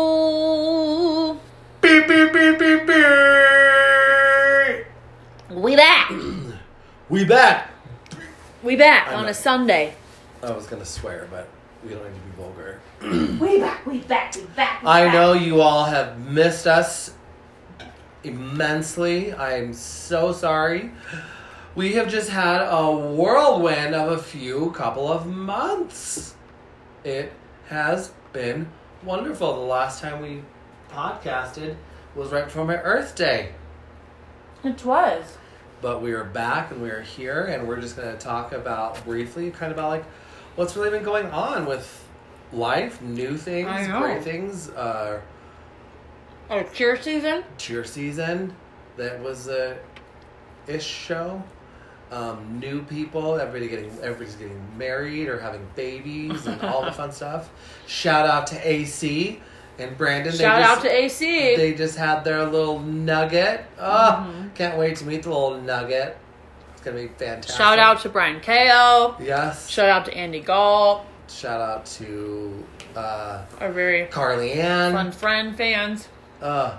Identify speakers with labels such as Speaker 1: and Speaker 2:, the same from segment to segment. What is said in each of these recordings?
Speaker 1: Hello.
Speaker 2: Beep, beep, beep, beep, beep.
Speaker 1: We back.
Speaker 2: We back.
Speaker 1: We back
Speaker 2: I'm
Speaker 1: on a
Speaker 2: not-
Speaker 1: Sunday.
Speaker 2: I was gonna swear, but we don't need to be vulgar.
Speaker 1: We back. We back. We back. We
Speaker 2: I
Speaker 1: back.
Speaker 2: know you all have missed us immensely. I'm so sorry. We have just had a whirlwind of a few couple of months. It has been wonderful. The last time we podcasted was right before my Earth Day.
Speaker 1: It was.
Speaker 2: but we are back and we are here and we're just going to talk about briefly kind of about like what's really been going on with life new
Speaker 1: I
Speaker 2: things
Speaker 1: know.
Speaker 2: great things uh
Speaker 1: Our cheer season.
Speaker 2: cheer season that was a ish show um new people everybody getting everybody's getting married or having babies and all the fun stuff shout out to ac and brandon
Speaker 1: Shout
Speaker 2: they just,
Speaker 1: out to AC.
Speaker 2: they just had their little nugget. Oh,
Speaker 1: Mm-hmm.
Speaker 2: can't wait to meet the little nugget. It's gonna be fantastic.
Speaker 1: Shout out to Brian Kao.
Speaker 2: Yes.
Speaker 1: Shout out to Andy Gall.
Speaker 2: Shout out to uh,
Speaker 1: Our very
Speaker 2: Carly
Speaker 1: fun
Speaker 2: Ann.
Speaker 1: friend fans.
Speaker 2: Uh,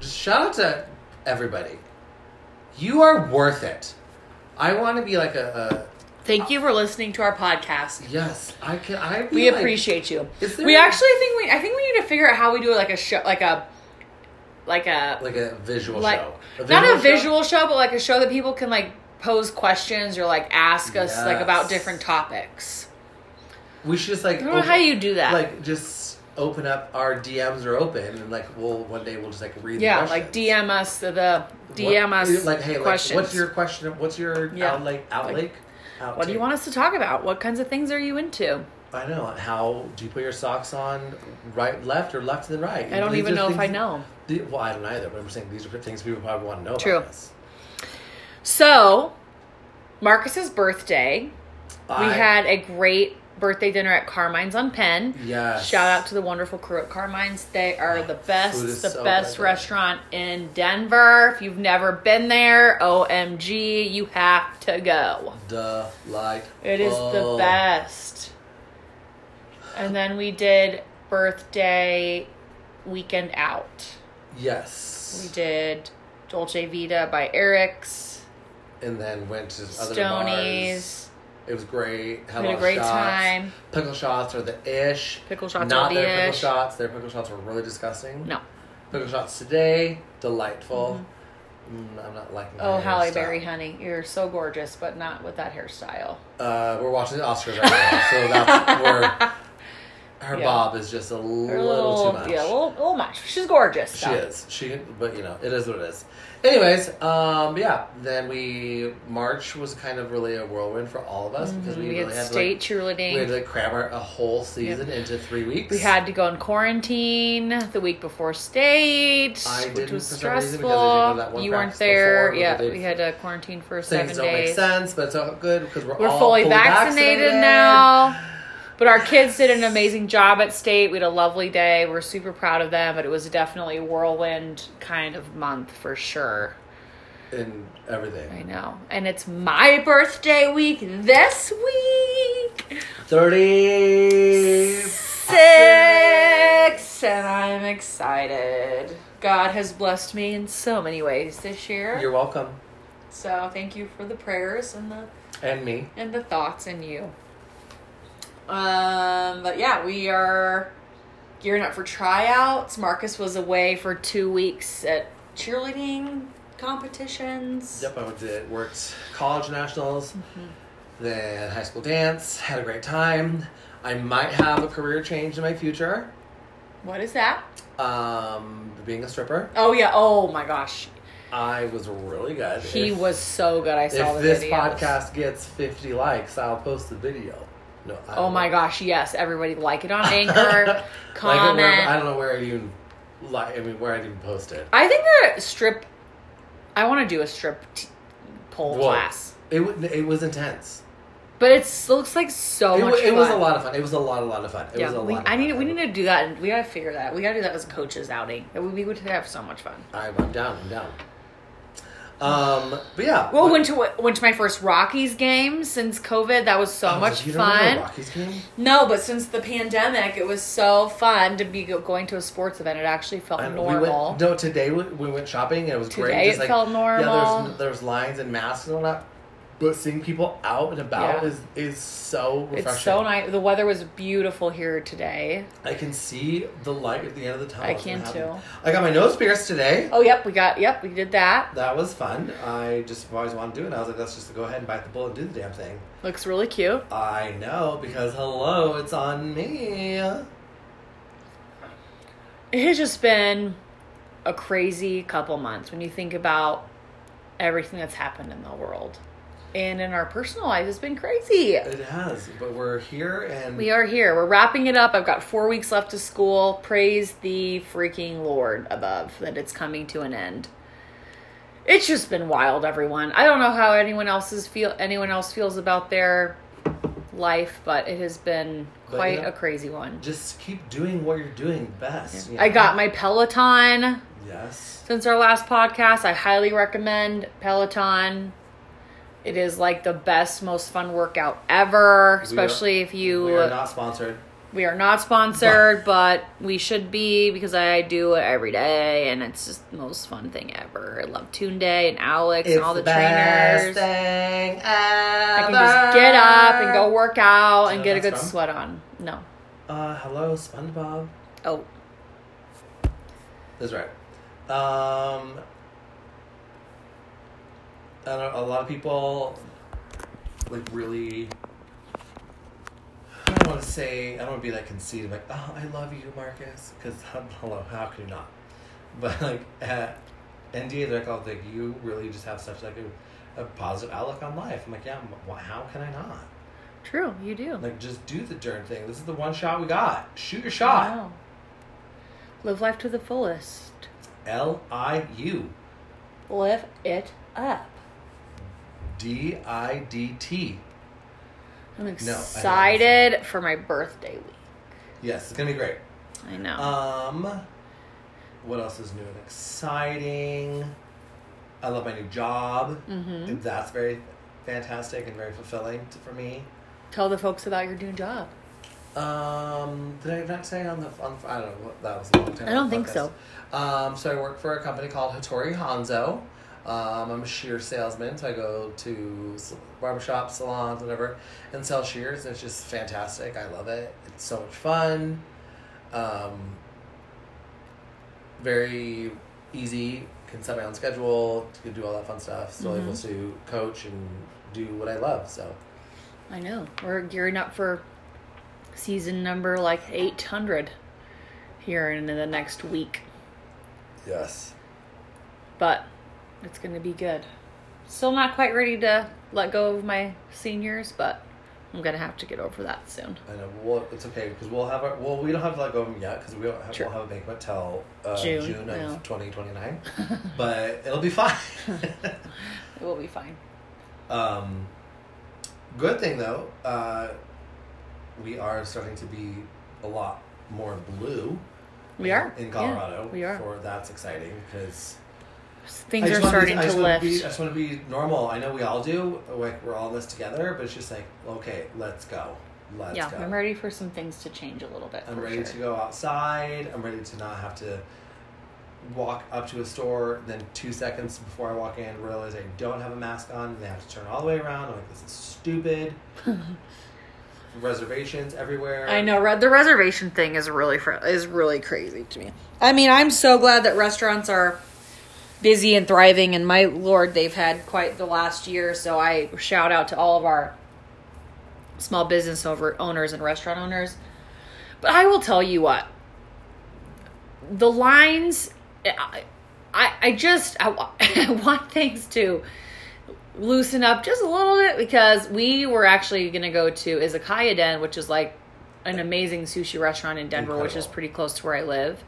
Speaker 2: just shout out to everybody. You are worth it. I want to be like a,
Speaker 1: Thank you for listening to our podcast.
Speaker 2: a yes. I can. I
Speaker 1: We appreciate you.
Speaker 2: Is there
Speaker 1: We
Speaker 2: a-
Speaker 1: actually think we. I think we need to figure out how we do like a show, like a, like a
Speaker 2: like a visual
Speaker 1: like
Speaker 2: show.
Speaker 1: not a
Speaker 2: show?
Speaker 1: visual show? but like a show that people can like pose questions or like ask us like about
Speaker 2: Yes.
Speaker 1: different topics.
Speaker 2: We should just like.
Speaker 1: I don't know how you do that.
Speaker 2: Oh, like just open up our DMs are open and like we'll one day we'll just like read.
Speaker 1: yeah,
Speaker 2: the
Speaker 1: like
Speaker 2: questions.
Speaker 1: DM us the, the
Speaker 2: What-
Speaker 1: DM us
Speaker 2: like hey
Speaker 1: questions.
Speaker 2: like what's your question what's your
Speaker 1: Yeah.
Speaker 2: outlake outlake
Speaker 1: what do you want us to talk about? What kinds of things are you into?
Speaker 2: I know how do you put your socks on right left or left and then right
Speaker 1: I don't
Speaker 2: These
Speaker 1: even
Speaker 2: are
Speaker 1: know if I
Speaker 2: things-
Speaker 1: know.
Speaker 2: the- well I don't either but I'm saying these are things people probably want to know
Speaker 1: True.
Speaker 2: about us.
Speaker 1: So, Marcus's birthday, we
Speaker 2: I-
Speaker 1: had a great birthday dinner at Carmine's on Penn.
Speaker 2: yes
Speaker 1: Shout out to the wonderful crew at Carmine's. They are the
Speaker 2: Food
Speaker 1: best,
Speaker 2: is
Speaker 1: the
Speaker 2: so
Speaker 1: best
Speaker 2: good.
Speaker 1: restaurant in Denver. If you've never been there, OMG, you have to go.
Speaker 2: the like
Speaker 1: It is the best. And then we did birthday weekend out.
Speaker 2: yes
Speaker 1: We did Dolce Vita by Eric's,
Speaker 2: and then went to other bars
Speaker 1: Stoney's,
Speaker 2: it was great had
Speaker 1: We had a
Speaker 2: lot of
Speaker 1: great
Speaker 2: shots.
Speaker 1: time.
Speaker 2: pickle shots are the ish
Speaker 1: Pickle shots
Speaker 2: not
Speaker 1: are the
Speaker 2: their pickle
Speaker 1: ish.
Speaker 2: shots their pickle shots were really disgusting
Speaker 1: No.
Speaker 2: Pickle shots today, delightful. Mm, I'm not liking.
Speaker 1: Oh,
Speaker 2: her
Speaker 1: Halle
Speaker 2: hairstyle.
Speaker 1: Berry, honey. You're so gorgeous, but not with that hairstyle.
Speaker 2: Uh, we're watching the Oscars right now, so that's where her
Speaker 1: Yeah.
Speaker 2: bob is just a
Speaker 1: Or
Speaker 2: little,
Speaker 1: a little,
Speaker 2: too much.
Speaker 1: Oh, Yeah, a little, little much. She's gorgeous.
Speaker 2: she
Speaker 1: though.
Speaker 2: is. She, but you know, it is what it is. Anyways, um, yeah. Then we March was kind of really a whirlwind for all of us because
Speaker 1: Mm-hmm.
Speaker 2: we,
Speaker 1: We
Speaker 2: really
Speaker 1: had
Speaker 2: had
Speaker 1: state
Speaker 2: to, like,
Speaker 1: cheerleading.
Speaker 2: we had to like, cram our, a whole season into three weeks.
Speaker 1: We had to go in quarantine the week before state,
Speaker 2: I
Speaker 1: which
Speaker 2: didn't
Speaker 1: was
Speaker 2: for some reason because I didn't
Speaker 1: stressful.
Speaker 2: go to that one
Speaker 1: you weren't
Speaker 2: practice
Speaker 1: there.
Speaker 2: before,
Speaker 1: yeah,
Speaker 2: but they-
Speaker 1: we had to quarantine for
Speaker 2: things
Speaker 1: seven
Speaker 2: don't make
Speaker 1: days.
Speaker 2: sense, but it's all good because we're,
Speaker 1: We're
Speaker 2: all
Speaker 1: fully, vaccinated,
Speaker 2: vaccinated
Speaker 1: now. But our kids did an amazing job at state. We had a lovely day. We're super proud of them, but it was definitely a whirlwind kind of month for sure.
Speaker 2: and everything.
Speaker 1: I know. And it's my birthday week this week.
Speaker 2: 30
Speaker 1: six, and I'm excited. God has blessed me in so many ways this year.
Speaker 2: You're welcome.
Speaker 1: so thank you for the prayers and the
Speaker 2: And me.
Speaker 1: and the thoughts in you. Um, but yeah, we are gearing up for tryouts. Marcus was away for two weeks at cheerleading competitions.
Speaker 2: Yep, I went to worked college nationals,
Speaker 1: Mm-hmm.
Speaker 2: then high school dance, had a great time. I might have a career change in my future.
Speaker 1: What is that?
Speaker 2: Um, being a stripper.
Speaker 1: Oh yeah. Oh my gosh,
Speaker 2: I was really good.
Speaker 1: he
Speaker 2: If-
Speaker 1: was so good. I saw
Speaker 2: if
Speaker 1: the
Speaker 2: this
Speaker 1: videos.
Speaker 2: podcast gets 50 likes, I'll post the video. No, I
Speaker 1: Oh
Speaker 2: don't
Speaker 1: my
Speaker 2: know.
Speaker 1: gosh, yes. Everybody like it on Anchor,
Speaker 2: Like,
Speaker 1: comment.
Speaker 2: where- I
Speaker 1: I,
Speaker 2: don't know where I even like I mean where I even post it.
Speaker 1: think a strip I want to do a strip t- pole
Speaker 2: Whoa.
Speaker 1: class.
Speaker 2: It wa- it was intense.
Speaker 1: But it's looks like so
Speaker 2: It,
Speaker 1: much
Speaker 2: wa- it
Speaker 1: fun.
Speaker 2: was a lot of fun. It was a lot, a lot of fun. It was a lot.
Speaker 1: we,
Speaker 2: of
Speaker 1: I need
Speaker 2: fun.
Speaker 1: we need to do that and we got to figure that. We got to do that as a coaches outing. That We, we would have so much fun.
Speaker 2: I'm, I'm down. I'm down. Um, but yeah.
Speaker 1: Well, went to went to my first Rockies game since COVID. That was so
Speaker 2: I was
Speaker 1: much
Speaker 2: like, Oh, you don't remember
Speaker 1: fun.
Speaker 2: Rockies game?
Speaker 1: No, but since the pandemic, it was so fun to be go- going to a sports event. It actually felt
Speaker 2: And
Speaker 1: normal.
Speaker 2: We went, no, today we, we went shopping and it was great.
Speaker 1: Today
Speaker 2: Just
Speaker 1: it
Speaker 2: like,
Speaker 1: felt
Speaker 2: Yeah,
Speaker 1: normal.
Speaker 2: there's, there's lines and masks and whatnot, but seeing people out and about
Speaker 1: Yeah.
Speaker 2: is is so refreshing.
Speaker 1: it's so nice. The weather was beautiful here today.
Speaker 2: I can see the light at the end of the tunnel.
Speaker 1: I
Speaker 2: It's gonna
Speaker 1: can
Speaker 2: happen.
Speaker 1: too.
Speaker 2: I got my nose pierced today.
Speaker 1: Oh, yep, we got yep, we did that.
Speaker 2: That was fun. I just have always wanted to do it. And I was like, let's just go ahead and bite the bullet and do the damn thing.
Speaker 1: Looks really cute.
Speaker 2: I know because hello, it's on me.
Speaker 1: It has just been a crazy couple months when you think about everything that's happened in the world and in our personal life. It's been crazy.
Speaker 2: It has, but we're here and
Speaker 1: We are here. We're wrapping it up. I've got four weeks left of school. Praise the freaking Lord above that it's coming to an end. It's just been wild, everyone. I don't know how anyone else's feel anyone else feels about their life, but it has been
Speaker 2: But, you
Speaker 1: quite
Speaker 2: know,
Speaker 1: a crazy one.
Speaker 2: just keep doing what you're doing best. you
Speaker 1: I
Speaker 2: know?
Speaker 1: got my Peloton
Speaker 2: yes.
Speaker 1: since our last podcast. I highly recommend Peloton. It is like the best, most fun workout ever, especially if you
Speaker 2: we are not sponsored.
Speaker 1: We are not sponsored, but we should be because I do it every day, and it's just the most fun thing ever. I love Toon Day and Alex and all the, trainers.
Speaker 2: thing
Speaker 1: I can just get up and go work out
Speaker 2: Do you
Speaker 1: and
Speaker 2: know
Speaker 1: get a
Speaker 2: where
Speaker 1: good
Speaker 2: that's from?
Speaker 1: sweat on. No,
Speaker 2: Uh, hello, SpongeBob.
Speaker 1: oh,
Speaker 2: That's right. Um, I don't, a lot of people like really. I don't want to say. I don't want to be that conceited. Like, oh, I love you, Marcus. Because hello, how could you not? But like at NDA, they're like, oh, like you really just have such like a, a positive outlook on life. I'm like, yeah. wh- How can I not?
Speaker 1: true, you do.
Speaker 2: Like, just do the darn thing. This is the one shot we got. Shoot your shot.
Speaker 1: Wow. Live life to the fullest.
Speaker 2: L I U
Speaker 1: Live it up.
Speaker 2: D I D T.
Speaker 1: I'm
Speaker 2: know.
Speaker 1: excited for my birthday week.
Speaker 2: Yes, it's gonna be great.
Speaker 1: I know.
Speaker 2: Um, what else is new and exciting? I love my new job.
Speaker 1: Mhm.
Speaker 2: And That's very fantastic and very fulfilling t- for me.
Speaker 1: Tell the folks about your new job.
Speaker 2: Um, did I not say on the on, I don't know what that was a long time.
Speaker 1: I don't
Speaker 2: on the
Speaker 1: think
Speaker 2: podcast. Um, so I work for a company called Hattori Hanzo. Um, I'm a shear salesman, so I go to s- barbershop salons, whatever, and sell shears. It's just fantastic. I love it. It's so much fun. Um, very easy. Can set my own schedule. Can do all that fun stuff. Still able
Speaker 1: Mm-hmm.
Speaker 2: to coach and do what I love. So
Speaker 1: I know. We're gearing up for season number like 800 here in the next week.
Speaker 2: yes.
Speaker 1: But it's going to be good. Still not quite ready to let go of my seniors, but I'm going to have to get over that soon.
Speaker 2: I know. Well, it's okay because we'll have our. Well, we don't have to let go of them yet because we don't have,
Speaker 1: True.
Speaker 2: we'll have a banquet till uh, June,
Speaker 1: June,
Speaker 2: of
Speaker 1: yeah.
Speaker 2: twenty twenty nine, but it'll be fine.
Speaker 1: It will be fine.
Speaker 2: um, good thing though, uh, we are starting to be a lot more blue.
Speaker 1: We are.
Speaker 2: in
Speaker 1: Yeah,
Speaker 2: Colorado.
Speaker 1: we are.
Speaker 2: For that's exciting because
Speaker 1: Things are starting
Speaker 2: I
Speaker 1: to
Speaker 2: just wanna
Speaker 1: lift.
Speaker 2: Be, I just want to be normal. I know we all do. Like we're all in this together, but it's just like okay, let's go. Let's
Speaker 1: yeah,
Speaker 2: go.
Speaker 1: I'm ready for some things to change a little bit.
Speaker 2: I'm
Speaker 1: for
Speaker 2: ready
Speaker 1: sure.
Speaker 2: to go outside. I'm ready to not have to walk up to a store. Then two seconds before I walk in, realize I don't have a mask on, and they have to turn all the way around. I'm like, this is stupid. Reservations everywhere.
Speaker 1: I know re- the reservation thing is really fr- is really crazy to me. I mean, I'm so glad that restaurants are busy and thriving, and my lord, they've had quite the last year. So I shout out to all of our small business over owners and restaurant owners. But I will tell you what, the lines, I, I, I just I, wa- I want things to loosen up just a little bit because we were actually going to go to Izakaya Den, which is like an amazing sushi restaurant in Denver, which is
Speaker 2: Incredible.
Speaker 1: pretty close to where I live.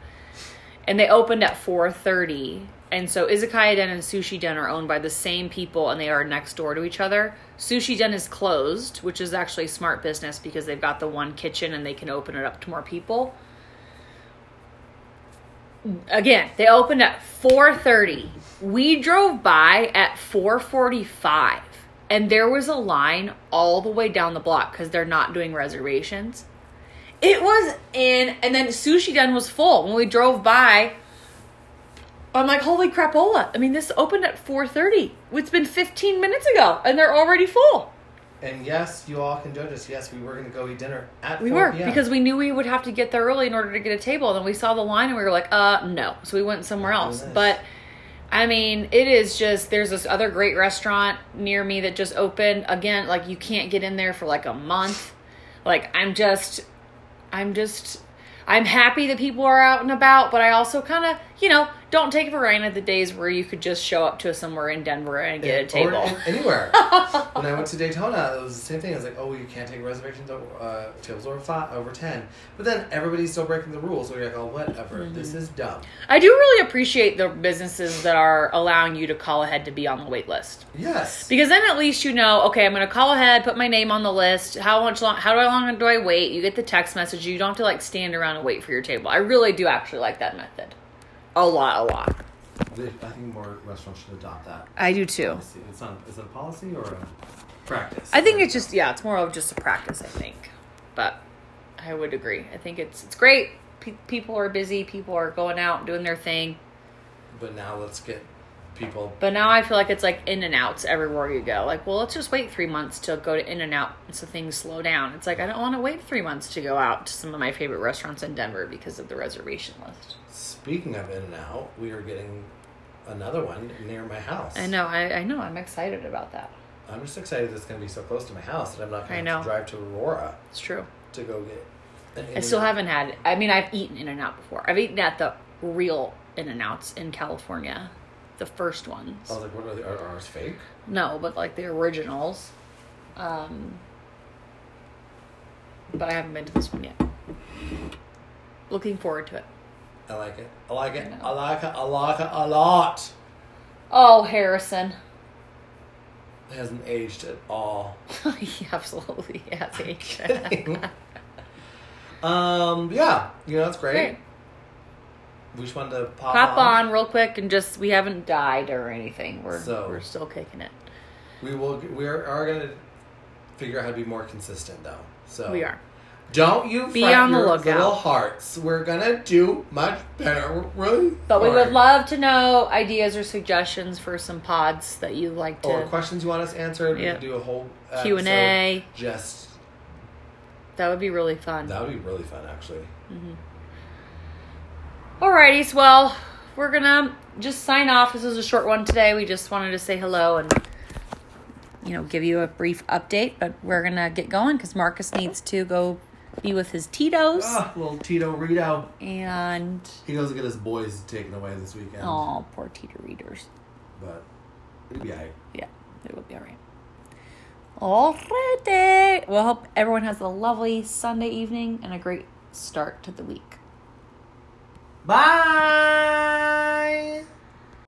Speaker 1: And they opened at 4:30. And so Izakaya Den and Sushi Den are owned by the same people and they are next door to each other. Sushi Den is closed, which is actually smart business because they've got the one kitchen and they can open it up to more people. again, they opened at 4:30. We drove by at 4:45 and there was a line all the way down the block cuz they're not doing reservations. It was in and then Sushi Den was full when we drove by. I'm like, "Holy crapola. I mean, this opened at 4:30. It's been 15 minutes ago and they're already full."
Speaker 2: And yes, you all can judge us. Yes, we were going to go eat dinner at
Speaker 1: We
Speaker 2: 4
Speaker 1: were
Speaker 2: p.m.
Speaker 1: because we knew we would have to get there early in order to get a table. And then we saw the line and we were like, uh, no. So we went somewhere
Speaker 2: Oh,
Speaker 1: else.
Speaker 2: nice.
Speaker 1: But I mean, it is just there's this other great restaurant near me that just opened again. Like you can't get in there for like a month. Like I'm just, I'm just, I'm happy that people are out and about, but I also kind of, you know, don't take for granted the days where you could just show up to somewhere in Denver and get a
Speaker 2: Or
Speaker 1: table.
Speaker 2: an- anywhere. when I went to Daytona, it was the same thing. I was like, oh, you can't take reservations over uh, tables over five, over ten. But then everybody's still breaking the rules. So you're like, oh, whatever. This
Speaker 1: Mm-hmm.
Speaker 2: is dumb.
Speaker 1: I do really appreciate the businesses that are allowing you to call ahead to be on the wait list.
Speaker 2: Yes.
Speaker 1: Because then at least you know, okay, I'm gonna call ahead, put my name on the list. How much long? How do I long do I wait? You get the text message. You don't have to like stand around and wait for your table. I really do actually like that method, a lot, a lot.
Speaker 2: I think more restaurants should adopt that.
Speaker 1: I do too.
Speaker 2: Let's see, It's not, is it a policy or a practice?
Speaker 1: I think it's just yeah, it's more of just a practice. I think, but I would agree. I think it's it's great. Pe- people are busy. People are going out doing their thing.
Speaker 2: But now let's get people.
Speaker 1: But now I feel like it's like in and outs everywhere you go. Like, well, let's just wait three months to go to in and out so things slow down. It's like I don't want to wait three months to go out to some of my favorite restaurants in Denver because of the reservation list.
Speaker 2: Speaking of In and Out, we are getting another one near my house.
Speaker 1: I know, I, I know, I'm excited about that.
Speaker 2: I'm just excited that it's going to be so close to my house that I'm not
Speaker 1: I
Speaker 2: going to
Speaker 1: know.
Speaker 2: have to drive to Aurora
Speaker 1: It's true.
Speaker 2: to go get. An
Speaker 1: I
Speaker 2: In-N-Out.
Speaker 1: still haven't had it. I mean, I've eaten in and out before. I've eaten at the real in and outs in California, the first ones.
Speaker 2: I was like, what are, the, are ours fake?
Speaker 1: No, but like the originals. Um, but I haven't been to this one yet. Looking forward to it.
Speaker 2: I like it. I like it.
Speaker 1: I know.
Speaker 2: I like it. I like it a lot.
Speaker 1: Oh, Harrison.
Speaker 2: It hasn't aged at all.
Speaker 1: he absolutely has aged.
Speaker 2: um, yeah, you know, it's great. Uh-huh.
Speaker 1: Great.
Speaker 2: We just wanted to pop,
Speaker 1: Pop on real quick and just we haven't died or anything. We're
Speaker 2: So-
Speaker 1: we're still kicking it.
Speaker 2: We will. We are, are going to figure out how to be more consistent, though. So
Speaker 1: We are.
Speaker 2: Don't you
Speaker 1: Be
Speaker 2: fret
Speaker 1: on the
Speaker 2: your
Speaker 1: lookout.
Speaker 2: Little hearts. We're gonna do much better. We're really.
Speaker 1: But we would
Speaker 2: sorry.
Speaker 1: love to know ideas or suggestions for some pods that you like
Speaker 2: Or
Speaker 1: to
Speaker 2: questions you want us answered.
Speaker 1: Yeah.
Speaker 2: We could do a whole
Speaker 1: Q and A.
Speaker 2: episode Just
Speaker 1: That would be really fun.
Speaker 2: that would be really fun, actually.
Speaker 1: Alrighties, well, we're gonna just sign off. This is a short one today. We just wanted to say hello and you know give you a brief update, but we're gonna get going because Marcus needs to go be with his Tito's
Speaker 2: Ah, little Tito Rito.
Speaker 1: and
Speaker 2: He goes to get his boys taken away this weekend.
Speaker 1: oh, poor Tito readers.
Speaker 2: But it'll be alright.
Speaker 1: Yeah, it will be all right. Alrighty. Well, hope everyone has a lovely Sunday evening and a great start to the week.
Speaker 2: Bye.